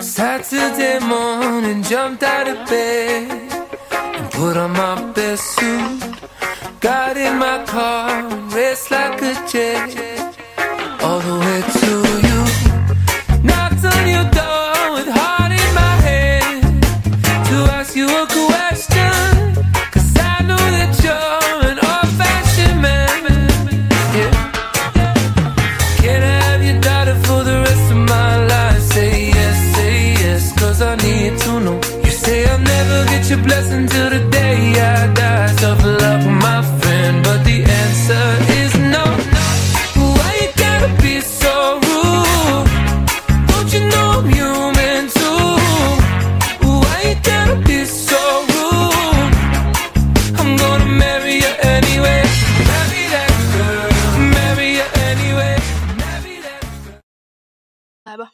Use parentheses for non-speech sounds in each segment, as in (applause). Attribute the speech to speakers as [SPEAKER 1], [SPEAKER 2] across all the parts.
[SPEAKER 1] Saturday morning, jumped out of bed and put on my best suit. Got in my car and raced like a jet all the way to you. Knocked on your door with heart in my head to ask you a question. Cause I know that you're an old fashioned man. Yeah. Can I have your daughter for the rest of my life? Say yes, say yes, cause I need to know. You say I'll never get your blessing till the day I die. Tough luck, my friend, but the answer is no. Why you gotta be so rude? Don't you know I'm human too? Why you gotta be so rude? I'm gonna marry you anyway. Marry that girl, marry you anyway. Marry that girl.
[SPEAKER 2] 来吧，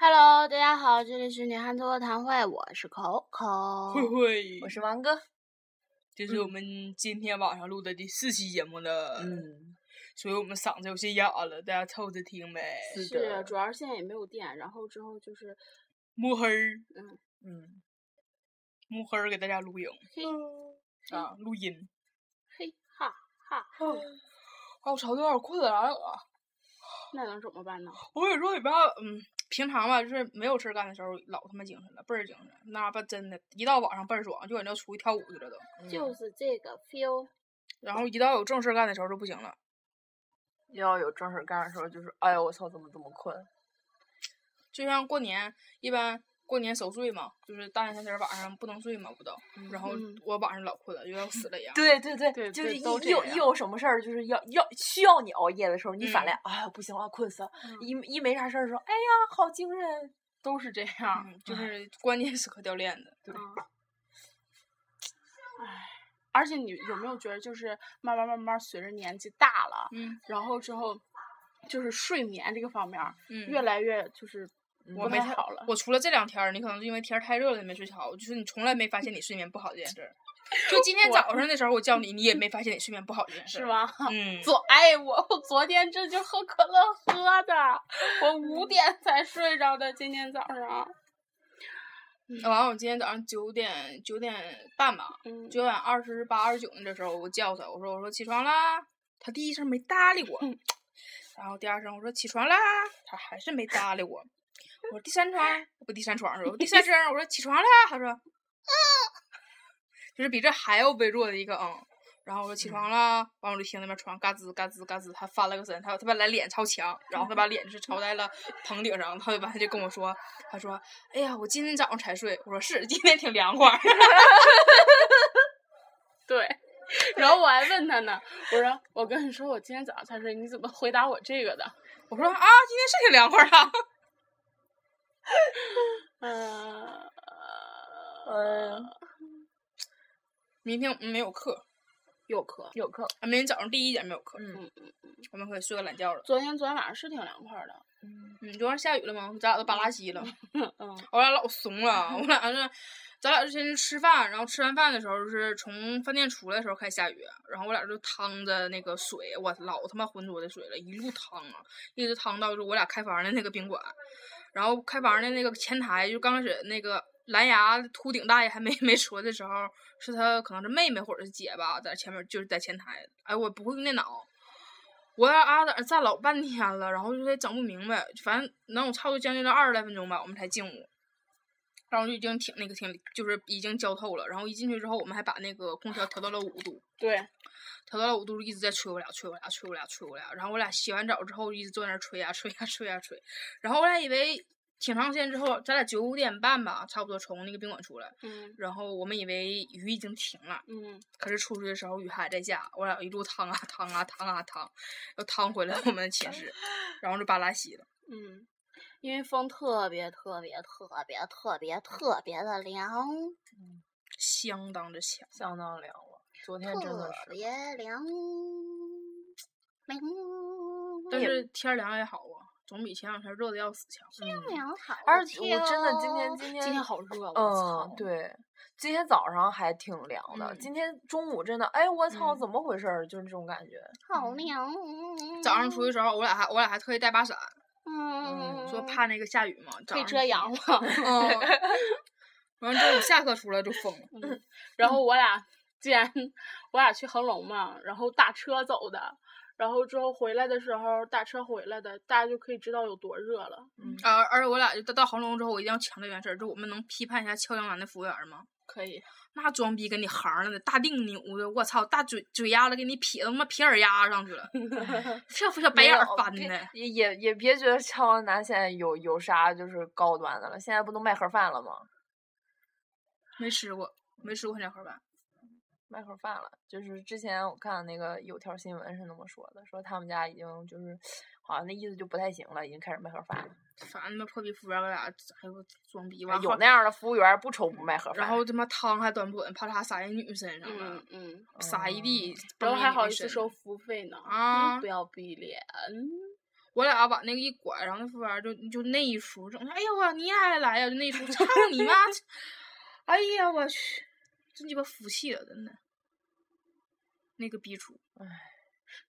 [SPEAKER 3] Hello，大家好，这里是女汉子座谈会，我是口口，
[SPEAKER 2] 慧慧，
[SPEAKER 4] 哦我是嗯王
[SPEAKER 2] (laughs)
[SPEAKER 4] 哥。
[SPEAKER 2] 这是我们今天晚上录的第四期节目了，
[SPEAKER 4] 嗯，
[SPEAKER 2] 所以我们嗓子有些哑了，大家凑着听呗。
[SPEAKER 4] 是
[SPEAKER 3] 是，
[SPEAKER 4] 的，
[SPEAKER 3] 主要是现在也没有电，然后之后就是
[SPEAKER 2] 摸黑儿，
[SPEAKER 4] 嗯，
[SPEAKER 2] 摸黑儿给大家录影
[SPEAKER 3] 嘿
[SPEAKER 2] 啊，录音。
[SPEAKER 3] 嘿哈哈，
[SPEAKER 2] 啊，我操，有点困了，然后啊
[SPEAKER 3] 那能怎么办呢？
[SPEAKER 2] 我跟你说，你不要，嗯，平常吧，就是没有事儿干的时候，老他妈精神了，倍儿精神。那吧，真的，一到晚上倍儿爽，就感觉出去跳舞去了都。
[SPEAKER 3] 就是这个 feel，
[SPEAKER 2] 然后一到有正事儿干的时候就不行了。
[SPEAKER 4] 要有正事儿干的时候，就是哎呀，我操，怎么这么困？
[SPEAKER 2] 就像过年一般，过年守岁嘛，就是大年三十儿晚上不能睡嘛，不都？然后
[SPEAKER 3] 嗯
[SPEAKER 2] 我晚上老困了，就要死了一样。
[SPEAKER 4] 对对对，
[SPEAKER 2] 对
[SPEAKER 4] 就
[SPEAKER 2] 对
[SPEAKER 4] 是一
[SPEAKER 2] 都这
[SPEAKER 4] 一有一
[SPEAKER 2] 样
[SPEAKER 4] 有什么事儿，就是要要需要你熬夜的时候，你反
[SPEAKER 2] 嗯
[SPEAKER 4] 来，哎呀，不行了，困死了。
[SPEAKER 2] 嗯
[SPEAKER 4] 一一没啥事儿说，哎呀，好精神。
[SPEAKER 2] 都是这样，嗯
[SPEAKER 4] 哎
[SPEAKER 2] 就是关键时刻掉链子。
[SPEAKER 5] 而且你有没有觉得，就是慢慢慢慢随着年纪大了，
[SPEAKER 2] 嗯
[SPEAKER 5] 然后之后就是睡眠这个方面儿
[SPEAKER 2] 嗯，
[SPEAKER 5] 越来越就是
[SPEAKER 2] 我
[SPEAKER 5] 不
[SPEAKER 2] 没
[SPEAKER 5] 太
[SPEAKER 2] 太
[SPEAKER 5] 好了。
[SPEAKER 2] 我除了这两天儿，你可能是因为天儿太热了你没睡好，就是你从来没发现你睡眠不好这件事儿。就今天早上的时候，我叫你，你也没发现你睡眠不好这件事。
[SPEAKER 5] 是？吗？
[SPEAKER 2] 嗯，
[SPEAKER 5] 昨哎，我我昨天这就喝可乐喝的，我
[SPEAKER 2] 嗯
[SPEAKER 5] 五点才睡着的，今天早上。
[SPEAKER 2] 完了，我今天早上九点九点半吧，
[SPEAKER 5] 嗯，
[SPEAKER 2] 九点二十八、二十九那的时候，我叫他，我说我说起床啦，他第一声没搭理我，然后第二声我说起床啦，他还是没搭理我，我说第三声不第三床是吧我第三声我说起床啦，他说嗯，就是比这还要微弱的一个嗯。然后我说起床啦，完我就听那边床嘎吱嘎吱嘎吱，他翻了个身，他他把来脸朝墙，然后他把脸就是朝在了棚顶上，他就完他就跟我说，他说，哎呀，我今天早上才睡，我说是，今天挺凉快儿。 (laughs)
[SPEAKER 5] 对。然后我还问他呢，我说我跟你说，我今天早上才睡，你怎么回答我这个的？
[SPEAKER 2] 我
[SPEAKER 4] 嗯
[SPEAKER 2] 说啊，今天是挺凉快儿
[SPEAKER 4] (laughs)
[SPEAKER 2] 啊。
[SPEAKER 5] 嗯、
[SPEAKER 2] 呃
[SPEAKER 4] 嗯，
[SPEAKER 2] 明天我们没有课，
[SPEAKER 5] 又渴。
[SPEAKER 4] 有课。
[SPEAKER 2] 啊，明天早上第一节没有课，
[SPEAKER 4] 嗯
[SPEAKER 2] 我们可以睡个懒觉了。
[SPEAKER 5] 昨天昨天晚上是挺凉快的，
[SPEAKER 2] 嗯，昨天下雨了吗？咱俩都巴拉稀了，
[SPEAKER 5] 嗯，
[SPEAKER 2] 我俩老怂了。我俩是，咱俩之前是吃饭，然后吃完饭的时候就是从饭店出来的时候开始下雨，然后我俩就趟着那个水，我老他妈浑浊的水了，一路趟啊，一直趟到就我俩开房的那个宾馆，然后开房的那个前台，就刚开始那个蓝牙秃顶大爷还没 (laughs) 没说的时候，是他可能是妹妹或者是姐吧，在前面就是在前台。哎，我不会用电脑，我俩啊在那站老半天了，然后就得整不明白，反正能有差不多将近到二十来分钟吧，我们才进屋。然后就已经挺那个挺就是已经浇透了，然后一进去之后，我们还把那个空调调到了五度，
[SPEAKER 5] 对，
[SPEAKER 2] 调到了五度一直在吹我俩，吹我俩，吹我俩，吹我俩。然后我俩洗完澡之后一直坐那儿吹呀、吹呀、 (laughs) 吹呀、吹。然后我俩以为挺长时间之后，咱俩九点半吧，差不多从那个宾馆出来。
[SPEAKER 5] 嗯
[SPEAKER 2] 然后我们以为雨已经停了，
[SPEAKER 5] 嗯，
[SPEAKER 2] 可是出去的时候雨还在下，我俩一路趟啊趟啊趟啊趟，又趟回了我们的寝
[SPEAKER 5] (laughs)
[SPEAKER 2] 室，然后就巴拉稀了。
[SPEAKER 5] 嗯，
[SPEAKER 3] 因为风特别特别特别特别特别的凉，
[SPEAKER 2] 相当之强，
[SPEAKER 4] 相当凉了。昨天真
[SPEAKER 3] 特
[SPEAKER 4] 的是，
[SPEAKER 3] 别凉，凉
[SPEAKER 2] 但是天儿凉也好啊，总比前两天热的要死强。
[SPEAKER 4] 嗯，
[SPEAKER 3] 凉好
[SPEAKER 4] 而且
[SPEAKER 3] 且
[SPEAKER 4] 我真的今天今天
[SPEAKER 5] 今天好热，我操
[SPEAKER 4] 嗯，，对，今天早上还挺凉的，
[SPEAKER 2] 嗯
[SPEAKER 4] 今天中午真的，哎，我操，
[SPEAKER 2] 嗯
[SPEAKER 4] 怎么回事儿？就是这种感觉。
[SPEAKER 3] 好凉。
[SPEAKER 2] 早上出去的时候，我俩还我俩还特意带把伞，
[SPEAKER 5] 嗯，
[SPEAKER 2] 说怕那个下雨嘛，
[SPEAKER 5] 可以
[SPEAKER 2] 早上
[SPEAKER 5] 遮
[SPEAKER 2] 起
[SPEAKER 4] (laughs)
[SPEAKER 5] 阳吗？
[SPEAKER 2] (laughs) 嗯，完了之后我下课出来就疯了，
[SPEAKER 5] 然后我俩既然我俩去恒隆嘛，然后打车走的，然后之后回来的时候打车回来的，大家就可以知道有多热了。
[SPEAKER 4] 嗯
[SPEAKER 2] 啊，而且我俩就到到恒隆之后，我一定要强调一件事儿，就我们能批判一下俏江南的服务员吗？
[SPEAKER 5] 可以，
[SPEAKER 2] 那装逼跟你行了的，大腚扭的，我操，大嘴嘴丫子给你撇他妈撇耳压上去
[SPEAKER 4] (laughs)
[SPEAKER 2] 了，这不小白
[SPEAKER 4] 没
[SPEAKER 2] 眼儿
[SPEAKER 4] 有
[SPEAKER 2] 翻
[SPEAKER 4] 别
[SPEAKER 2] 的。
[SPEAKER 4] 也也也别觉得乔安南现在有有啥就是高端的了，现在不都卖盒饭了吗？
[SPEAKER 2] 没吃过，没吃过那盒饭。
[SPEAKER 4] 卖盒饭了，就是之前我看那个有条新闻是那么说的，说他们家已经就是好像那意思就不太行了，已经开始卖盒饭了。
[SPEAKER 2] 反正他妈破逼服务员我俩，哎呦装逼
[SPEAKER 4] 哎
[SPEAKER 2] 完
[SPEAKER 4] 有
[SPEAKER 2] 后
[SPEAKER 4] 那样的服务员儿不愁不卖盒饭，
[SPEAKER 2] 然后他妈汤还端不稳，啪嚓撒人女身上了，
[SPEAKER 5] 嗯嗯，
[SPEAKER 2] 撒一地，
[SPEAKER 4] 嗯
[SPEAKER 5] 然
[SPEAKER 2] 崩
[SPEAKER 5] 后
[SPEAKER 2] 一
[SPEAKER 5] 还
[SPEAKER 2] 女
[SPEAKER 5] 好意
[SPEAKER 2] 身
[SPEAKER 5] 思收服务费呢，
[SPEAKER 2] 啊
[SPEAKER 5] 真不要逼脸。
[SPEAKER 2] 我俩把那个一拐，然后那服务员啊就就那一出整的，哎呦我你也爱来呀、就那一出，操你
[SPEAKER 5] (laughs)
[SPEAKER 2] 妈！哎呀我去，真鸡巴服气了，真的。那个逼出，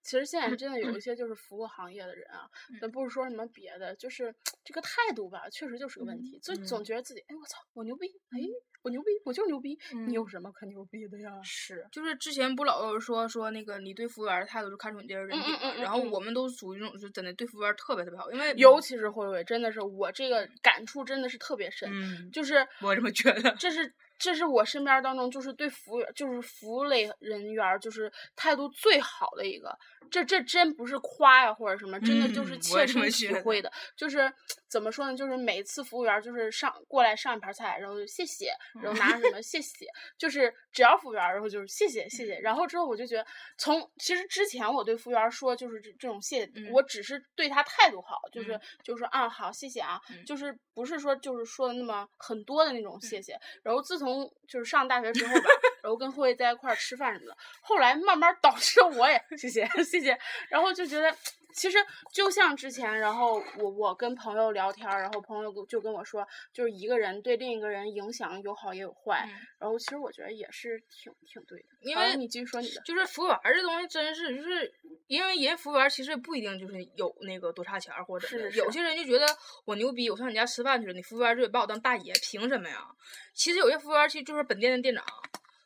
[SPEAKER 5] 其实现在真的有一些就是服务行业的人啊，咱不是说什么别的，就是这个态度吧，确实就是个问题。就总觉得自己，哎，我操，我牛逼，哎，我牛逼，我就是牛逼，你有什么可牛逼的呀？
[SPEAKER 4] 是
[SPEAKER 2] 就是之前不老有说说那个你对服务员的态度就看出你这人人品
[SPEAKER 5] 嗯嗯
[SPEAKER 2] 了，
[SPEAKER 5] 嗯嗯
[SPEAKER 2] 然后
[SPEAKER 5] 嗯
[SPEAKER 2] 我们都属于那种就真的对服务员特别特别好，因为
[SPEAKER 5] 尤其是慧慧，真的是我这个感触真的是特别深，
[SPEAKER 2] 嗯，
[SPEAKER 5] 就是
[SPEAKER 2] 我这么觉得
[SPEAKER 5] 这是这是我身边儿当中就是对服务员就是服务类人员儿就是态度最好的一个，这这真不是夸呀或者什么，真的就
[SPEAKER 2] 嗯
[SPEAKER 5] 是
[SPEAKER 2] 我也
[SPEAKER 5] 切
[SPEAKER 2] 这么
[SPEAKER 5] 身体
[SPEAKER 2] 觉得
[SPEAKER 5] 会的，就是怎么说呢，就是每次服务员儿就是上过来上一盘菜，然后就谢谢，然
[SPEAKER 2] 嗯
[SPEAKER 5] 后拿什么谢谢，就是只要服务员儿，然后就是谢谢谢
[SPEAKER 2] 嗯
[SPEAKER 5] 谢，然后之后我就觉得从其实之前我对服务员儿说就是这这种谢谢，
[SPEAKER 2] 嗯
[SPEAKER 5] 我只是对他态度好，就是、
[SPEAKER 2] 嗯
[SPEAKER 5] 就是说啊好谢谢啊，
[SPEAKER 2] 嗯
[SPEAKER 5] 就是不是说就是说的那么很多的那种谢谢，然后自从就是上大学之后吧，然后跟慧慧在一块儿吃饭什么的，后来慢慢导致我也 (laughs) 谢谢谢谢，然后就觉得其实就像之前，然后我我跟朋友聊天儿，然后朋友就跟我说，就是一个人对另一个人影响有好也有坏，
[SPEAKER 2] 嗯
[SPEAKER 5] 然后其实我觉得也是挺挺对的。
[SPEAKER 2] 因
[SPEAKER 5] 好
[SPEAKER 2] 为
[SPEAKER 5] 像你继续说你的，
[SPEAKER 2] 就是服务员儿这东西真是，就是因为人服务员儿其实不一定就是有那个多差钱儿或者
[SPEAKER 5] 是
[SPEAKER 2] 的
[SPEAKER 5] 是
[SPEAKER 2] 有
[SPEAKER 5] 是
[SPEAKER 2] 些人就觉得我牛逼，我上你家吃饭去了，你服务员儿就得把我当大爷，凭什么呀？其实有些服务员儿其实就是本店的店长，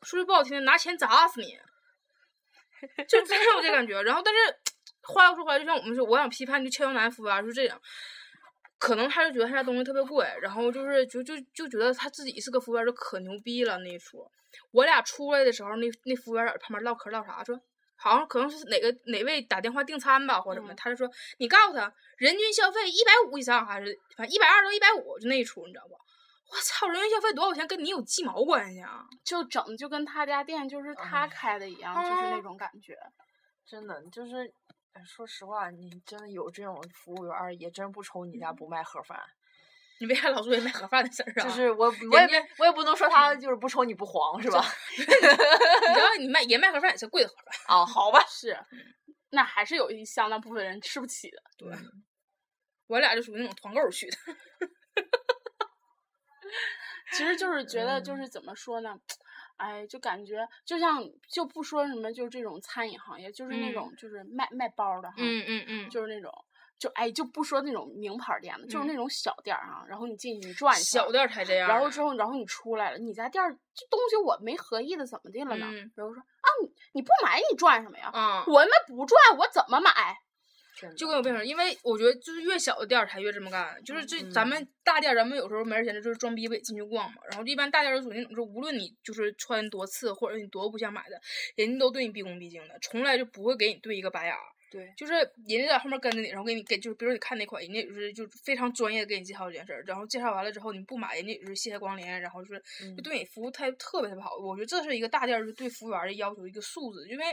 [SPEAKER 2] 说句不好听的，拿钱砸死你，就真是有这感觉。然后，但是话又说回来，就像我们说，我想批判就俏江南服务员儿是这样。可能他就觉得他家东西特别贵，然后就是就就就觉得他自己是个服务员儿就可牛逼了那一出，我俩出来的时候，那那服务员在旁边唠嗑唠啥，说好像可能是哪个哪位打电话订餐吧，或者什么
[SPEAKER 5] 嗯
[SPEAKER 2] 的，他就说你告诉他人均消费一百五以上还是反正一百二到一百五就那一出，你知道不？我操，人均消费多少钱跟你有鸡毛关系啊？
[SPEAKER 5] 就整的就跟他家店就是他
[SPEAKER 4] 哎
[SPEAKER 5] 开的一样，就是
[SPEAKER 2] 啊
[SPEAKER 5] 那种感觉。
[SPEAKER 4] 真的就是，哎说实话，你真的有这种服务员儿，也真不愁你家不卖盒饭。
[SPEAKER 2] 你别还老说人卖盒饭的事儿啊！
[SPEAKER 4] 就是我我也
[SPEAKER 2] 人家
[SPEAKER 4] 没我也不能说他就是啊不愁你不黄是吧？
[SPEAKER 2] 你知道你卖人卖盒饭也是贵的盒饭，
[SPEAKER 5] 哦
[SPEAKER 4] 啊，好吧，
[SPEAKER 5] 是，那还是有一相当部分人吃不起的。
[SPEAKER 2] 对，我俩就属于那种团购去的。
[SPEAKER 5] 其实就是觉得
[SPEAKER 2] 嗯
[SPEAKER 5] 就是怎么说呢？哎，就感觉就像就不说什么，就是这种餐饮行业，就是那
[SPEAKER 2] 嗯
[SPEAKER 5] 种就是卖、卖包儿的哈，
[SPEAKER 2] 嗯嗯
[SPEAKER 5] 就是那种就哎就不说那种名牌儿店了，就是
[SPEAKER 2] 嗯
[SPEAKER 5] 那种小店儿啊，然后你进去你转一圈
[SPEAKER 2] 小
[SPEAKER 5] 儿
[SPEAKER 2] 店儿才这样儿。
[SPEAKER 5] 然后之后，然后你出来了，你家店儿这东西我没合意的，怎么的了呢？
[SPEAKER 2] 嗯
[SPEAKER 5] 然后说啊，你你不买你赚什么呀？
[SPEAKER 2] 啊，
[SPEAKER 5] 我们不赚，我怎么买？
[SPEAKER 2] 就跟我辩论，因为我觉得就是越小的店儿才越这么干，就是这咱们大店儿，咱们有时候没人闲着就是装逼不也进去逛嘛。然后一般大店儿都属于那种，就无论你就是穿多次，或者你多不想买的，人家都对你毕恭毕敬的，从来就不会给你对一个白眼儿。
[SPEAKER 4] 对，
[SPEAKER 2] 就是人家在后面跟着你，然后给你给，就是比如你看哪款，人家也是就是非常专业的给你介绍这件事儿，然后介绍完了之后你不买，人家也是谢谢光临，然后就是就
[SPEAKER 4] 嗯
[SPEAKER 2] 对你服务态度特别特别好。我觉得这是一个大店儿就对服务员儿的要求一个素质，因为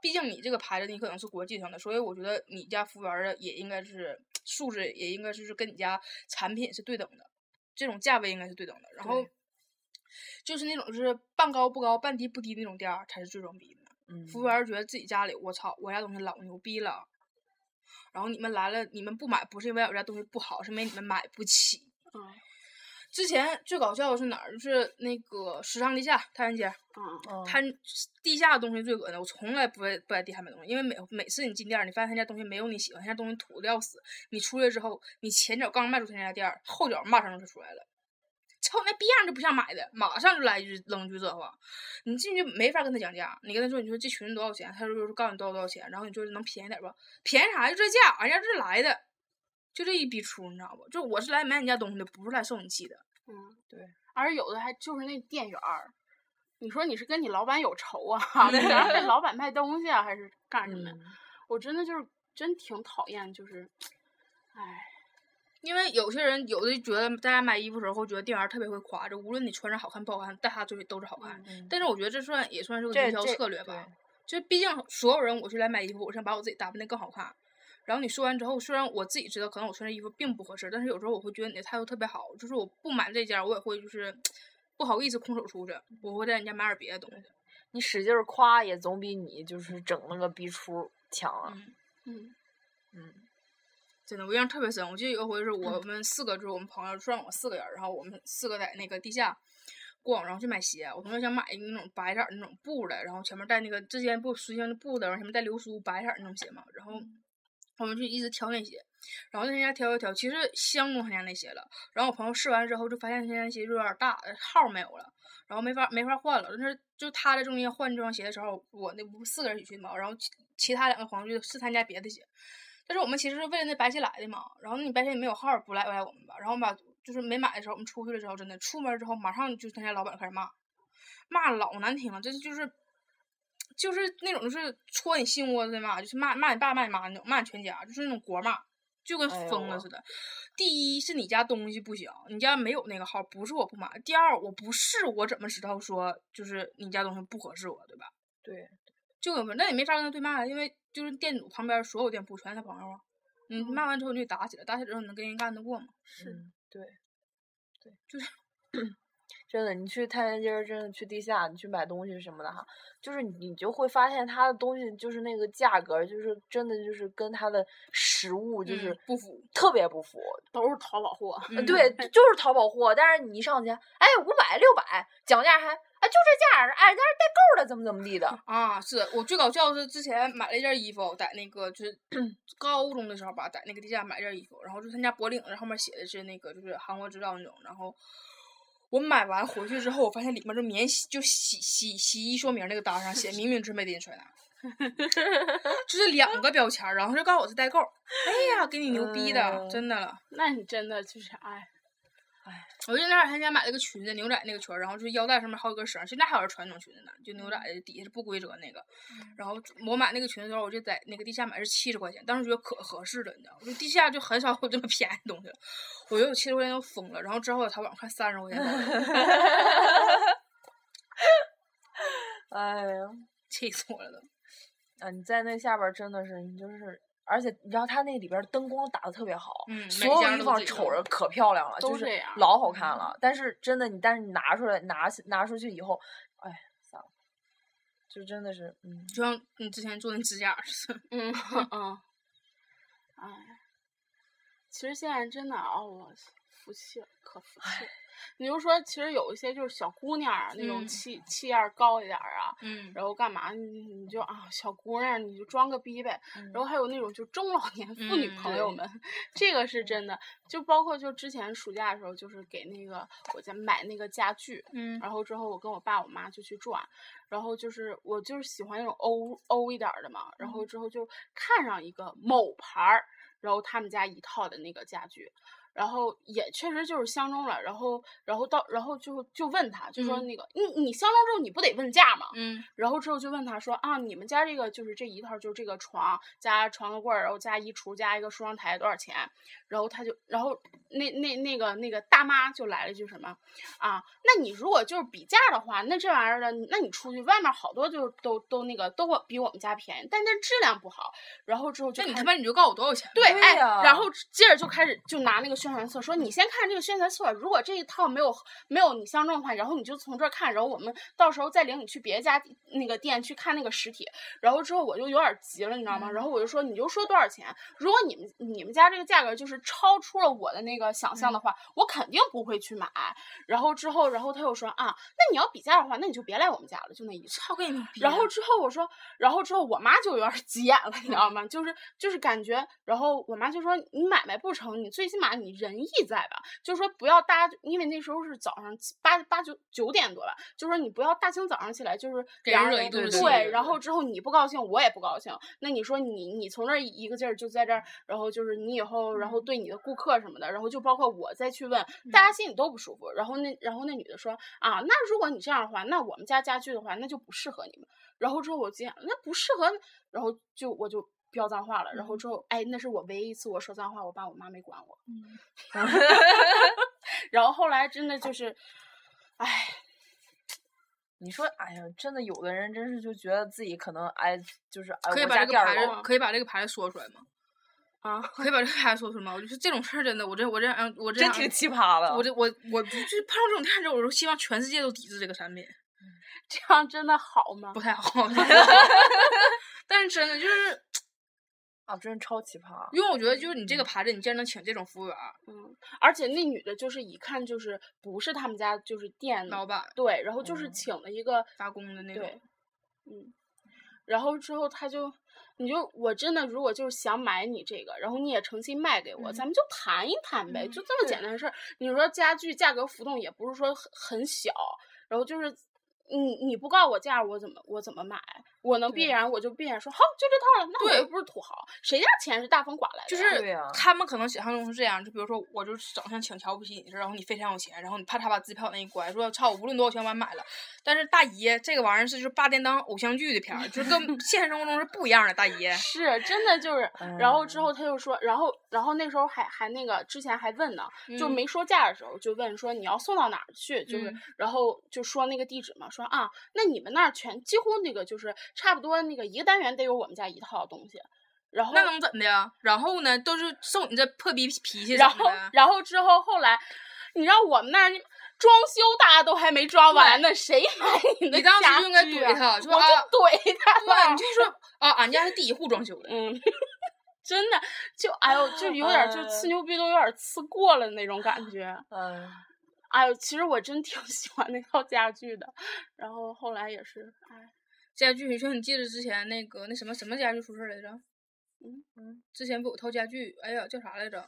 [SPEAKER 2] 毕竟你这个牌子你可能是国际上的，所以我觉得你家服务员儿的也应该是素质也应该就是跟你家产品是对等的，这种价位应该是对等的。然后
[SPEAKER 4] 对
[SPEAKER 2] 就是那种就是半高不高半低不低那种店儿才是最装逼的。
[SPEAKER 4] 嗯
[SPEAKER 2] 服务员儿觉得自己家里，我操，我家东西老牛逼了。然后你们来了，你们不买不是因为我家东西不好，是因为你们买不起。
[SPEAKER 5] 嗯，
[SPEAKER 2] 之前最搞笑的是哪儿？就是那个时尚地下太原街，
[SPEAKER 5] 嗯，
[SPEAKER 2] 他地下的东西最恶心，我从来不爱不爱地下买东西，因为每每次你进店儿，你发现他家东西没有你喜欢，他家东西土的要死。你出去之后，你前脚刚迈出他家店儿，后脚马上就出来了。瞅那逼样儿就不像买的，马上就来一句冷句这话，你进去没法跟他讲价。你跟他说，你说这裙子多少钱，他就说告诉你多少多少钱，然后你就是能便宜点儿吧，便宜啥就这价，俺家这来的，就这一逼出，你知道不？就我是来买你家东西的，不是来受你气的。
[SPEAKER 5] 嗯而有的还就是那店员儿，你说你是跟你老板有仇
[SPEAKER 2] (laughs)
[SPEAKER 5] 啊？你让那老板卖东西啊，还是干什么
[SPEAKER 2] 嗯
[SPEAKER 5] 呀？我真的就是真挺讨厌，就是，唉，
[SPEAKER 2] 因为有些人有的觉得大家买衣服时候会觉得店员儿特别会夸，就无论你穿着好看不好看，但他就是都是好看。
[SPEAKER 4] 嗯
[SPEAKER 2] 但是我觉得这算也算是个
[SPEAKER 4] 这
[SPEAKER 2] 营销
[SPEAKER 4] 这
[SPEAKER 2] 策略吧
[SPEAKER 4] 对。
[SPEAKER 2] 就毕竟所有人，我是来买衣服，我想把我自己打扮的更好看。然后你说完之后，虽然我自己知道可能我穿这衣服并不合适，但是有时候我会觉得你的态度特别好，就是我不买这件儿，我也会就是不好意思空手出去，我会在人家买点别的东西。
[SPEAKER 4] 你使劲儿夸也总比你就是整那个逼出强啊。
[SPEAKER 2] 嗯，
[SPEAKER 5] 嗯，
[SPEAKER 4] 嗯
[SPEAKER 2] 真的，我印象特别深。我记得有一回是我们四个，就是我们朋友，算我四个人儿，然后我们四个在那个地下逛，然后去买鞋。我同学想买一个那种白色儿那种布的，然后前面带那个之前不实际上布的，然后前面带流苏白色儿那种鞋嘛。然后我们就一直挑那鞋，然后在那家挑一挑，其实相中他家那鞋了。然后我朋友试完之后就发现他家那鞋有点儿大，呃号儿没有了。然后没法没法换了。但是就他在中间换这双鞋的时候，我那不四个人一起去嘛，然后其其他两个朋友就试探家别的鞋。但是我们其实是为了那白鞋来的嘛，然后那白鞋也没有号儿，不赖不赖我们吧。然后我们把就是没买的时候，我们出去的时候，真的出门之后马上就他家老板就开始骂，骂老难听了，这就是。就是那种就是戳你心窝子的骂，就是骂骂你爸骂你妈那种，骂你全家，就是那种国骂，就跟
[SPEAKER 4] 哎呦
[SPEAKER 2] 疯了
[SPEAKER 4] 我
[SPEAKER 2] 似的。第一是你家东西不行，你家没有那个号，不是我不买。第二，我不试，我怎么知道说就是你家东西不合适我，对吧？
[SPEAKER 4] 对，
[SPEAKER 2] 就有那也没法跟他对骂呀，因为就是店主旁边所有店铺全是他朋友啊。你骂完之后你就打起来，打起来之后你能跟人干得过吗？
[SPEAKER 4] 嗯对，对，
[SPEAKER 2] 就是
[SPEAKER 4] (coughs) 真的，你去太原街儿，真的去地下，你去买东西什么的哈，就是你就会发现它的东西就是那个价格儿，就是真的就是跟它的实物就
[SPEAKER 2] 嗯
[SPEAKER 4] 是
[SPEAKER 2] 不符，哎
[SPEAKER 4] 特别不符。
[SPEAKER 5] 都是淘宝货， (laughs)
[SPEAKER 4] 呃
[SPEAKER 2] 嗯
[SPEAKER 4] 对，就是淘宝货，但是你一上去，哎，五百六百，讲价还哎就这价儿，哎，但是代购的怎么怎么地
[SPEAKER 2] (laughs)
[SPEAKER 4] 的，
[SPEAKER 2] 啊，是我最搞笑的是之前买了一件衣服，在那个就是 (clears throat) 高中的时候吧，在那个地下买件衣服，然后就他家脖领子后面写的是那个就是韩国制造那种，然后我买完回去之后，我发现里面就免洗就洗洗洗衣说明那个单上写明明是 made
[SPEAKER 4] (laughs)
[SPEAKER 2] in China，就是两个标签儿，然后就告诉我是代购，哎呀，给你牛逼的，
[SPEAKER 4] 嗯
[SPEAKER 2] 真的了。
[SPEAKER 5] 那你真的就是哎唉，
[SPEAKER 2] 我就那两天家买了个裙子，牛仔那个裙儿，然后就是腰带上面还有一根绳儿，现在还有人穿那种裙子呢，就
[SPEAKER 4] 嗯
[SPEAKER 2] 牛仔的底下是不规则那个。然后我买那个裙子的时候，我就在那个地下买是七十块钱，当时觉得可合适了，你知道吗？就地下就很少有这么便宜的东西了，我觉得我七十块钱都疯了。然后之后我淘宝上看三十块钱左
[SPEAKER 4] (laughs)
[SPEAKER 2] 右，
[SPEAKER 4] 哎呀。
[SPEAKER 2] 气死我了都。
[SPEAKER 4] 啊，你在那下边儿真的是，你就是，而且你知道它那里边儿灯光打的特别好，
[SPEAKER 2] 嗯每
[SPEAKER 4] 所有
[SPEAKER 2] 家
[SPEAKER 4] 地
[SPEAKER 2] 都
[SPEAKER 4] 方
[SPEAKER 2] 自己
[SPEAKER 4] 瞅
[SPEAKER 2] 弄
[SPEAKER 4] 着可漂亮了，
[SPEAKER 5] 都
[SPEAKER 4] 就是
[SPEAKER 5] 这样
[SPEAKER 4] 老好看
[SPEAKER 2] 嗯
[SPEAKER 4] 了。但是真的你，但是你拿出来拿起拿出去以后，哎，算了，就真的是，嗯，
[SPEAKER 2] 就像你之前做那指甲似的，
[SPEAKER 5] 嗯嗯，唉，其实现在真的啊，我服气了，可服气了。你就说，其实有一些就是小姑娘儿那种
[SPEAKER 2] 嗯
[SPEAKER 5] 气、气样儿高一点儿啊，
[SPEAKER 2] 嗯，
[SPEAKER 5] 然后干嘛你你就啊小姑娘儿你就装个逼呗，
[SPEAKER 4] 嗯
[SPEAKER 5] 然后还有那种就中老年妇女
[SPEAKER 2] 嗯
[SPEAKER 5] 朋友
[SPEAKER 4] 对
[SPEAKER 5] 们， (laughs) 这个是真的，就包括就之前暑假的时候，就是给那个我家买那个家具，
[SPEAKER 2] 嗯
[SPEAKER 5] 然后之后我跟我爸我妈就去转，然后就是我就是喜欢那种欧欧一点儿的嘛，然
[SPEAKER 2] 嗯
[SPEAKER 5] 后之后就看上一个某牌儿，然后他们家一套的那个家具，然后也确实就是相中了，然后然后到然后就就问他，就说
[SPEAKER 2] 嗯
[SPEAKER 5] 那个、你你相中之后你不得问价吗？
[SPEAKER 2] 嗯
[SPEAKER 5] 然后之后就问他说啊，你们家这个就是这一套就是这个床加床头柜儿，然后加衣橱加一个梳妆台多少钱？然后他就然后那那那个那个大妈就来了一句什么啊，那你如果就是比价的话，那这玩意儿的，那你出去外面好多就都都那个都会比我们家便宜，但这质量不好。然后之后就
[SPEAKER 2] 那你他
[SPEAKER 5] 开
[SPEAKER 2] 妈
[SPEAKER 5] 始
[SPEAKER 2] 你就告诉我多少钱吧？
[SPEAKER 5] 对，哎，
[SPEAKER 4] 对呀
[SPEAKER 5] 然后接着就开始就拿那个宣传册，说你先看这个宣传册，如果这一套没有没有你相中的话，然后你就从这儿看，然后我们到时候再领你去别家那个店去看那个实体。然后之后我就有点急了，你知
[SPEAKER 2] 嗯
[SPEAKER 5] 道吗？然后我就说你就说多少钱，如果你们你们家这个价格就是超出了我的那个想
[SPEAKER 2] 嗯
[SPEAKER 5] 象的话，我肯定不会去买。然后之后，然后他又说啊，那你要比价的话，那你就别来我们家了，就那意思。
[SPEAKER 2] 超给你逼
[SPEAKER 5] 然
[SPEAKER 2] 的
[SPEAKER 5] 后之后我说，然后之后我妈就有点儿急眼了，你知道吗？就是就是感觉，然后我妈就说你买卖不成，你最起码你仁义在吧？就是说不要大家，因为那时候是早上七八八九九点多吧，就说你不要大清早上起来就是
[SPEAKER 2] 给
[SPEAKER 5] 两
[SPEAKER 2] 人
[SPEAKER 5] 个
[SPEAKER 2] 惹
[SPEAKER 5] 人
[SPEAKER 2] 一
[SPEAKER 4] 子
[SPEAKER 2] 肚
[SPEAKER 4] 气
[SPEAKER 5] 对，
[SPEAKER 2] 对
[SPEAKER 5] 然
[SPEAKER 2] 对
[SPEAKER 5] 后之后你不高兴，我也不高兴。那你说你你从这儿一个劲儿就在这儿，然后就是你以后然
[SPEAKER 2] 嗯
[SPEAKER 5] 后对你的顾客什么的，然后就包括我再去问，大家心里都不舒服。然后那然后那女的说啊，那如果你这样的话，那我们家家具的话，那就不适合你们。然后之后我心想，那不适合，然后就我就飙脏话了。然后之后，哎，那是我唯一一次我说脏话，我爸我妈没管我。 (laughs) 然后后来真的就是， (laughs) 哎，
[SPEAKER 4] 你说，哎呀，真的，有的人真是就觉得自己可能哎，就是哎，
[SPEAKER 2] (laughs) 可以
[SPEAKER 4] 我
[SPEAKER 2] 把
[SPEAKER 4] 家
[SPEAKER 2] 这个
[SPEAKER 4] 店儿
[SPEAKER 2] 牌
[SPEAKER 4] 老
[SPEAKER 2] 子，可以把这个牌子说出来吗？
[SPEAKER 5] 啊，
[SPEAKER 2] 可以把这个牌子说出来吗？我就是这种事儿，真的，我这我这样，我这
[SPEAKER 4] 真
[SPEAKER 2] 样
[SPEAKER 4] 挺奇葩的。
[SPEAKER 5] 啊
[SPEAKER 2] 我这我我就就是碰上这种店之后，我就希望全世界都抵制这个产品，
[SPEAKER 5] 这样真的好吗？
[SPEAKER 2] 不太
[SPEAKER 5] (laughs)
[SPEAKER 2] 好。但是真的就是，
[SPEAKER 4] 啊，真是超奇葩。
[SPEAKER 2] 因为我觉得就是你这个牌子，你既然能请这种服务员儿、
[SPEAKER 5] 嗯，而且那女的就是一看就是不是他们家就是店
[SPEAKER 2] 老板、
[SPEAKER 5] 对，然后就是
[SPEAKER 4] 嗯
[SPEAKER 5] 请了一个
[SPEAKER 2] 打工的那
[SPEAKER 5] 对
[SPEAKER 2] 种，，
[SPEAKER 5] 嗯，然后之后他就，你就我真的如果就是想买你这个，然后你也诚心卖给我，咱
[SPEAKER 2] 嗯
[SPEAKER 5] 们就谈一谈呗，就这么简单的事儿。你说家具价格浮动也不是说很很小，然后就是你你不告我价，我怎么我怎么买？我能必
[SPEAKER 4] 对
[SPEAKER 5] 然我就必然说好，就这套了。那我
[SPEAKER 2] 对
[SPEAKER 5] 又不是土豪，谁家钱是大风刮来
[SPEAKER 2] 就
[SPEAKER 5] 的呀？
[SPEAKER 2] 是
[SPEAKER 4] 对啊
[SPEAKER 2] 他们可能想象中是这样，就比如说我就是长相挺瞧不起你的，然后你非常有钱，然后你啪嚓把支票那一关，说操，无论多少钱我也买了。但是大爷这个玩意儿是就是八点档偶像剧的片儿，
[SPEAKER 5] (laughs)
[SPEAKER 2] 就是跟现实生活中是不一样的。大爷，
[SPEAKER 5] 是真的就是，然后
[SPEAKER 2] 嗯
[SPEAKER 5] 之后他又说，然后然后那时候还还那个之前还问呢，就
[SPEAKER 2] 嗯
[SPEAKER 5] 没说价的时候就问说你要送到哪儿去，就是、
[SPEAKER 2] 嗯
[SPEAKER 5] 然后就说那个地址嘛，说啊，那你们那儿全几乎那个就是差不多那个一个单元得有我们家一套东西，然后
[SPEAKER 2] 那能怎的呀？然后呢，都是受你这破逼脾气
[SPEAKER 5] 然
[SPEAKER 2] 整
[SPEAKER 5] 后
[SPEAKER 2] 的。
[SPEAKER 5] 然后之后后来，你知道我们那儿装修大家都还没装完呢，谁买你的
[SPEAKER 2] 你当时
[SPEAKER 5] 家
[SPEAKER 2] 就应该
[SPEAKER 5] 具
[SPEAKER 2] 怼
[SPEAKER 5] 啊
[SPEAKER 2] 他
[SPEAKER 5] 我
[SPEAKER 2] 说
[SPEAKER 5] 就
[SPEAKER 2] 啊
[SPEAKER 5] 怼他
[SPEAKER 2] 对啊，
[SPEAKER 5] 了
[SPEAKER 2] 你就，说啊，俺家是第一户装修的。
[SPEAKER 5] 嗯， (laughs) 真的就哎呦，就有点儿就呲
[SPEAKER 4] 哎
[SPEAKER 5] 牛逼都有点儿呲过了那种感觉。
[SPEAKER 4] 嗯，
[SPEAKER 5] 哎呦，其实我真挺 (laughs) 喜欢那套家具的，然后后来也是，哎，
[SPEAKER 2] 家具，你说你记得之前那个那什么什么家具出事儿来着？
[SPEAKER 5] 嗯
[SPEAKER 2] 嗯，之前不有套家具，哎呀，叫啥来着？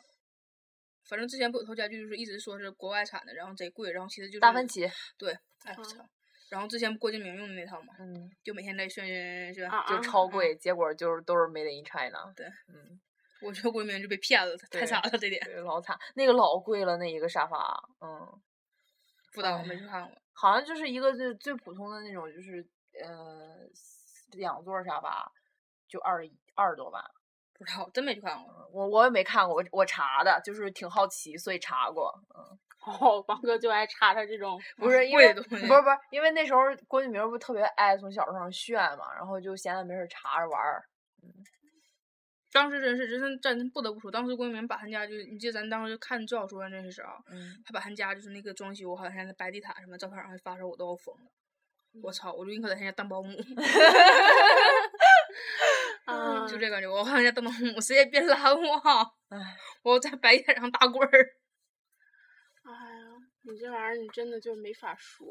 [SPEAKER 2] 反正之前不有套家具，就是一直说是国外产的，然后贼贵，然后其实就是
[SPEAKER 4] 达芬。奇，
[SPEAKER 2] 对，哎我
[SPEAKER 5] 嗯
[SPEAKER 2] 操！然后之前郭敬明用的那套嘛，
[SPEAKER 4] 嗯，
[SPEAKER 2] 就每天在炫炫炫
[SPEAKER 5] 啊
[SPEAKER 2] 炫。
[SPEAKER 4] 就超贵，结果就是都是 Made in China。
[SPEAKER 2] 嗯对，
[SPEAKER 4] 嗯，
[SPEAKER 2] 我觉得郭敬明就被骗了，太
[SPEAKER 4] 对
[SPEAKER 2] 惨了这点。
[SPEAKER 4] 对，老惨，那个老贵了，那一个沙发，嗯，
[SPEAKER 2] 不知
[SPEAKER 5] 哎
[SPEAKER 2] 道，我没去看过。
[SPEAKER 4] 好像就是一个最最普通的那种，就是呃两座儿沙发，就二十一二十多万。
[SPEAKER 2] 不知道，真没去看
[SPEAKER 5] 嗯
[SPEAKER 2] 过。
[SPEAKER 4] 我我也没看过，我我查的，就是挺好奇，所以查过。
[SPEAKER 5] 哦，王哥就爱查他这种，
[SPEAKER 4] 不是因
[SPEAKER 2] 啊贵
[SPEAKER 4] 为
[SPEAKER 2] 的
[SPEAKER 4] 不
[SPEAKER 2] 东
[SPEAKER 4] 是
[SPEAKER 2] 西
[SPEAKER 4] 不是因为那时候郭敬明不特别爱从小上炫嘛，然后就闲着没事儿查着玩儿。
[SPEAKER 2] 当时真是，真是真不得不说，当时郭敬明把他家就，你记得咱当时看《最好说的那些时候， (laughs)
[SPEAKER 4] 嗯，
[SPEAKER 2] 他把他家就是那个装修，好像是白地毯什么照片往外发的时候，我都要疯了。
[SPEAKER 5] 嗯
[SPEAKER 2] 我操！我就宁可在他家当
[SPEAKER 5] (laughs)
[SPEAKER 2] 保姆，
[SPEAKER 5] 啊，
[SPEAKER 2] 嗯就这感觉。我在他家当保姆，谁也别拦我
[SPEAKER 4] 唉！
[SPEAKER 2] 我在白天上打滚儿。 (laughs)
[SPEAKER 5] 哎呀，你这玩意儿你真的就没法说。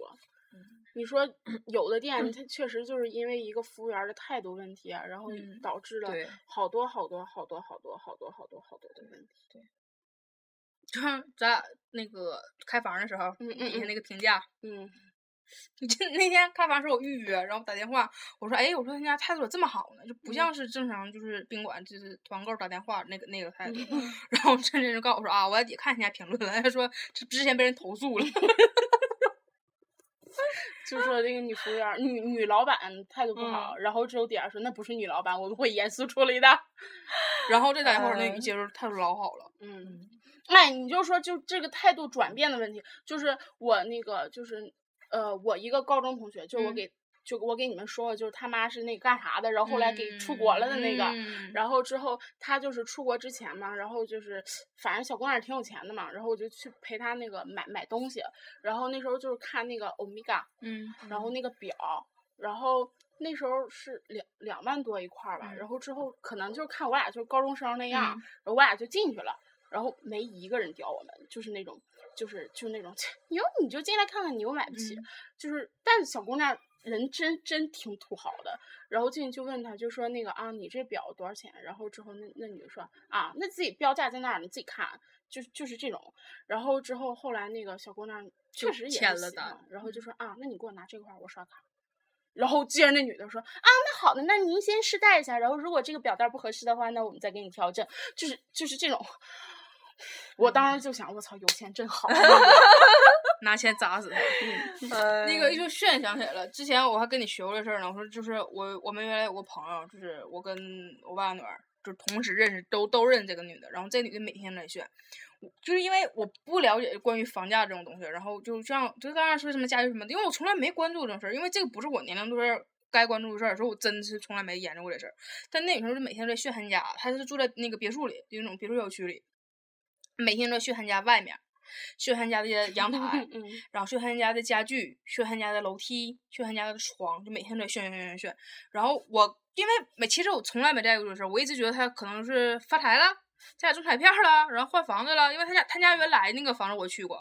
[SPEAKER 5] 你说有的店，它确实就是因为一个服务员儿的态度问题啊，然后
[SPEAKER 2] 嗯
[SPEAKER 5] 导致了
[SPEAKER 4] 对
[SPEAKER 5] 好多好多好多好多好多好多好多的问题。
[SPEAKER 2] 就像咱俩那个开房的时候，
[SPEAKER 5] 嗯嗯
[SPEAKER 2] 底下
[SPEAKER 5] 嗯
[SPEAKER 2] 那个评价，
[SPEAKER 5] 嗯，
[SPEAKER 2] 就那天开房时候我预约，然后打电话，我说哎，我说他家态度咋这么好呢？就不
[SPEAKER 5] 嗯
[SPEAKER 2] 像是正常就是宾馆就是团购打电话那个那个
[SPEAKER 5] 嗯
[SPEAKER 2] 态度。 (laughs) 然后陈真就告诉我说啊，我也看人家评论了，他说这之前被人投诉了。
[SPEAKER 5] 就说那个女服务员儿、女女老板态度不好，
[SPEAKER 2] 嗯
[SPEAKER 5] 然后之后底下说那不是女老板，我们会严肃处理的。
[SPEAKER 2] 然后这打电话那女
[SPEAKER 4] 嗯
[SPEAKER 2] 接着态度老好了，
[SPEAKER 5] 嗯，哎，你就说就这个态度转变的问题，就是我那个就是呃，我一个高中同学，就我
[SPEAKER 2] 嗯
[SPEAKER 5] 给、就我给你们说过，就是他妈是那个干啥的，然后后来给出国了的那个，
[SPEAKER 2] 嗯
[SPEAKER 5] 然后之后他就是出国之前嘛，然后就是反正小姑娘也挺有钱的嘛，然后我就去陪她那个买买东西，然后那时候就是看那个欧米伽，
[SPEAKER 2] 嗯
[SPEAKER 5] 然后那个表，然后那时候是两两万多一块儿吧，然后之后可能就是看我俩就是高中生那样
[SPEAKER 2] 嗯
[SPEAKER 5] 儿，然后我俩就进去了，然后没一个人屌我们，就是那种就是就是那种， (laughs) 切你要你就进来看看，你又买不起，
[SPEAKER 2] 嗯
[SPEAKER 5] 就是但是小姑娘人真真挺土豪的，然后进去就问她，就说那个啊，你这表多少钱？然后之后那那女的说啊，那自己标价在那儿，你自己看，就就是这种。然后之后后来那个小姑娘
[SPEAKER 2] 就
[SPEAKER 5] 确实也是
[SPEAKER 2] 签了嗯
[SPEAKER 5] 喜
[SPEAKER 2] 单
[SPEAKER 5] 欢然后就说啊，那你给我拿这块儿，我刷卡。然后接着那女的说啊，那好的，那您先试戴一下，然后如果这个表带儿不合适的话，那我们再给你调整，就是就是
[SPEAKER 2] (laughs)
[SPEAKER 5] 这种。我当
[SPEAKER 2] 嗯
[SPEAKER 5] 时就想，我操，有钱真
[SPEAKER 2] (laughs)
[SPEAKER 5] 好。
[SPEAKER 2] 拿钱砸死他。嗯那
[SPEAKER 4] 那
[SPEAKER 2] 个就炫想起来了，之前我还跟你学过这事儿呢。我说就是我我们原来有个朋友，就是我跟我爸女儿就是同时认识，都都认识这个女的。然后这女的每天都在炫，我就是因为我不了解关于房价这种东西，然后就像就刚才说什么家具什么的，因为我从来没关注这种事儿，因为这个不是我年龄段。该关注的事儿，说我真是从来没研究过这事儿。但那女生就每天都在炫她家，她是住在那个别墅里，就那种别墅小区里，每天都在炫她家外面，炫她家的阳台，
[SPEAKER 5] 嗯，
[SPEAKER 2] 然后炫他家的家具，炫他家的楼梯，炫他家的床，就每天都在炫炫炫炫炫。然后我因为没，其实我从来没在乎这事儿，我一直觉得他可能是发财了，家里中彩票了，然后换房子了。因为他家他家原来那个房子我去过，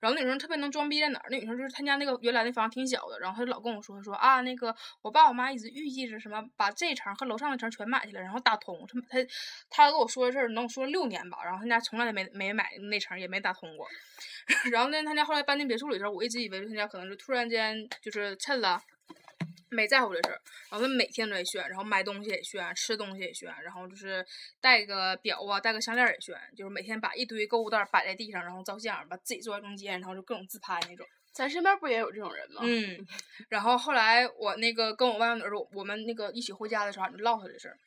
[SPEAKER 2] 然后那女生特别能装逼在哪儿？那女生就是她家那个原来那房挺小的，然后她就老跟我说说啊，那个我爸我妈一直预计着什么把这层和楼上那层全买下来，然后打通。她她她跟我说这事儿能说六年吧，然后她家从来没没买那层，也没打通过。然后呢，她家后来搬进别墅里的时候，我一直以为她家可能就突然间就是趁了。没在乎这事儿，然后她每天都在炫，然后买东西也炫，吃东西也炫，然后就是戴个表啊，戴个项链儿也炫，就是每天把一堆购物袋儿摆在地上，然后照相，把自己坐在中间，然后就各种自拍那种。
[SPEAKER 5] 咱身边不也有这种人吗？
[SPEAKER 2] 嗯，然后后来我那个跟我外甥女儿，我我们那个一起回家的时候，俺就唠她这事儿。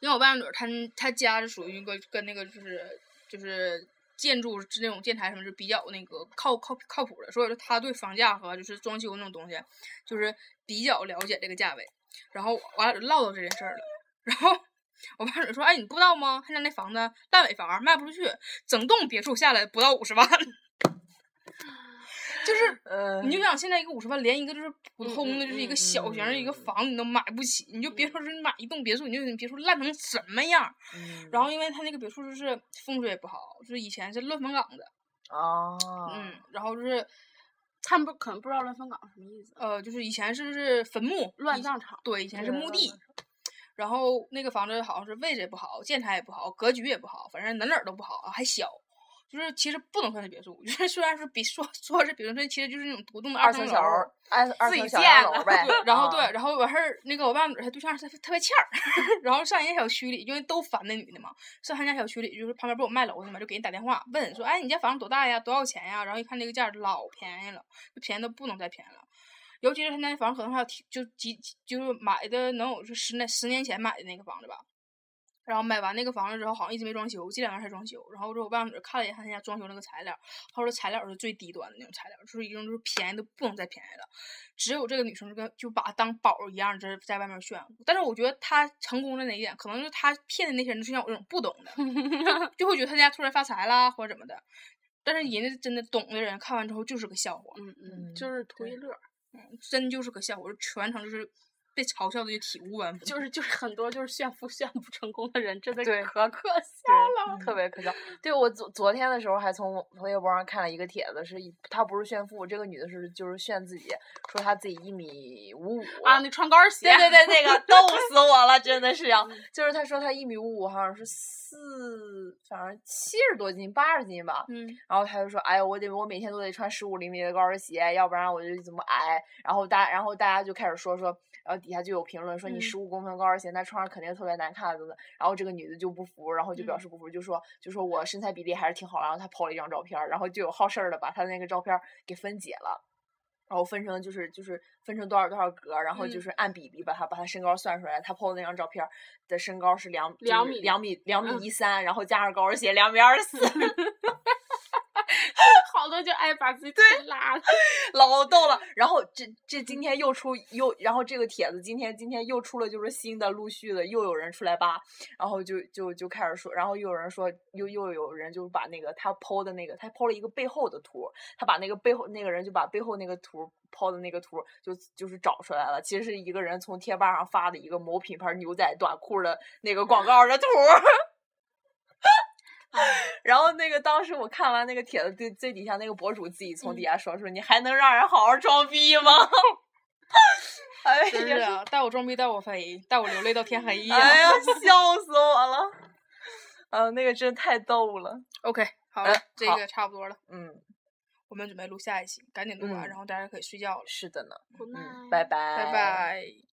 [SPEAKER 2] 因为我外甥女儿她她家是属于一个跟那个就是就是建筑是那种建材什么是比较那个靠靠靠谱的，所以说她对房价和就是装修那种东西，就是比较了解这个价位。然后我俩就唠到这件事儿了，然后。我外甥女儿说：“哎，你不知道吗？他家那房子烂尾房卖不出去，整栋别墅下来不到五十万， (laughs) 就是
[SPEAKER 4] 呃，
[SPEAKER 2] 你就想现在一个五十万，连一个就是普
[SPEAKER 5] 嗯
[SPEAKER 2] 通的，
[SPEAKER 5] 嗯
[SPEAKER 2] 就是一个
[SPEAKER 5] 嗯
[SPEAKER 2] 小型儿一个房子你都买不起，你就别说是你买一栋别墅，你就你别说烂成什么样儿。
[SPEAKER 4] 嗯
[SPEAKER 2] 然后因为他那个别墅就是风水也不好，就是以前是乱坟岗的，
[SPEAKER 4] 啊，
[SPEAKER 2] 嗯，然后就是
[SPEAKER 5] 他们不可能不知道乱坟岗是什么意思，
[SPEAKER 2] 呃，就是以前是是坟墓，
[SPEAKER 5] 乱
[SPEAKER 2] 以
[SPEAKER 5] 葬场。
[SPEAKER 2] 对，以前是
[SPEAKER 5] 对
[SPEAKER 2] 墓
[SPEAKER 5] 乱
[SPEAKER 2] 地
[SPEAKER 5] 葬。
[SPEAKER 2] 然后那个房子好像是位置也不好，建材也不好，格局也不好，反正哪哪儿都不好，还小。就是其实不能算是别墅， (laughs) 就是虽然是比说说是别墅，但其实就是那种独栋的
[SPEAKER 4] 二
[SPEAKER 2] 层
[SPEAKER 4] 层
[SPEAKER 2] 楼
[SPEAKER 4] 小楼，二二
[SPEAKER 5] 自己
[SPEAKER 4] 层小
[SPEAKER 5] 建
[SPEAKER 4] 洋楼
[SPEAKER 5] 的
[SPEAKER 4] 呗
[SPEAKER 2] 对，，然后
[SPEAKER 4] 啊
[SPEAKER 2] 对，，然后完事儿，那个我爸女儿她对象特别特别欠儿， (laughs) 然后上人家小区里，因为都烦那女的嘛，上他家小区里，就是旁边不有卖楼的嘛，就给人打电话问说，哎，你家房子多大呀？多少钱呀？然后一看这个价儿老便宜了，就便宜的不能再便宜了。尤其是他那房可能还有提就几就是买的能有是十年十年前买的那个房子吧，然后买完那个房子之后，好像一直没装修，这两年才装修。然后之后我爸女儿看了一眼他家装修那个材料，他说材料是最低端的那种材料，就是已经就是便宜的不能再便宜了。只有这个女生就跟就把它当宝儿一样，就是在外面炫。但是我觉得她成功的哪一点，可能就是她骗的那些人，就像我这种不懂
[SPEAKER 4] (laughs)
[SPEAKER 2] 的，就就会觉得她家突然发财啦或者怎么的。但是人家真的懂的人看完之后就是个笑话，嗯
[SPEAKER 5] 嗯
[SPEAKER 4] 嗯
[SPEAKER 5] 嗯，就是图一乐儿，
[SPEAKER 2] 真就是个笑话，就全程就是被嘲笑的就体无完肤。
[SPEAKER 5] 就是就是很多就是炫富炫不成功的人，真的
[SPEAKER 4] 对
[SPEAKER 5] 可可笑了。
[SPEAKER 4] 对，特别可笑。对我昨昨天的时候还从我微博上看了一个帖子，是一她不是炫富，这个女的是就是炫自己，说她自己一米五五
[SPEAKER 5] 啊，那穿高跟鞋，
[SPEAKER 4] 对对对，那 (laughs) 个逗死我了，真的是要，嗯就是她说她一米五五，好像是四，反正七十多斤，八十斤吧。
[SPEAKER 2] 嗯，
[SPEAKER 4] 然后她就说，哎呀，我得我每天都得穿十五厘米的高跟鞋，要不然我就怎么矮。然后大然后大家就开始说说，然后底下就有评论说你
[SPEAKER 2] 嗯
[SPEAKER 4] 十五公分高跟鞋，那穿上肯定特别难看，怎么？然后这个女的就不服，然后就表
[SPEAKER 2] 嗯
[SPEAKER 4] 示不服，就说就说我身材比例还是挺好，然后她抛了一张照片儿，然后就有好事儿的把她的那个照片儿给分解了。然后分成就是就是分成多少多少格儿，然后就
[SPEAKER 2] 嗯
[SPEAKER 4] 是按比例把她把她身高算出来。她 PO 的那张照片儿的身高是两
[SPEAKER 5] 两
[SPEAKER 4] 米
[SPEAKER 5] 米
[SPEAKER 4] 两米两米
[SPEAKER 5] 嗯
[SPEAKER 4] 一三，然后加上高跟鞋两米二四，
[SPEAKER 5] 好多喝就爱把自己太拉了。
[SPEAKER 4] (laughs) 老逗了。然后这这今天又出又，然后这个帖子今天今天又出了，就是新的陆续的又有人出来扒，然后就就就开始说，然后又有人说又又有人就把那个他剖的那个他剖了一个背后的图，他把那个背后那个人就把背后那个图抛的那个图就就是找出来了，其实是一个人从贴吧上发的一个某品牌牛仔短裤的那个广告的图。然后那个当时我看完那个帖子，最最底下那个博主自己从底下说说：“你还能让人好好装逼吗？” (laughs) 哎
[SPEAKER 2] 真是
[SPEAKER 4] 呀，
[SPEAKER 2] 啊，带我装逼带我飞，带我流泪到天黑呀。
[SPEAKER 4] 哎呀，笑死我了！呃，那个真太逗了。
[SPEAKER 2] OK，好了，
[SPEAKER 4] 哎
[SPEAKER 2] 这
[SPEAKER 4] 好
[SPEAKER 2] 个差不多了，
[SPEAKER 4] 嗯，
[SPEAKER 2] 我们准备录下一期，赶紧录完，啊
[SPEAKER 4] 嗯
[SPEAKER 2] 然后大家可以睡觉了。
[SPEAKER 4] 是的呢。
[SPEAKER 3] Good
[SPEAKER 4] 嗯，
[SPEAKER 3] night
[SPEAKER 4] 拜拜，
[SPEAKER 2] 拜。拜。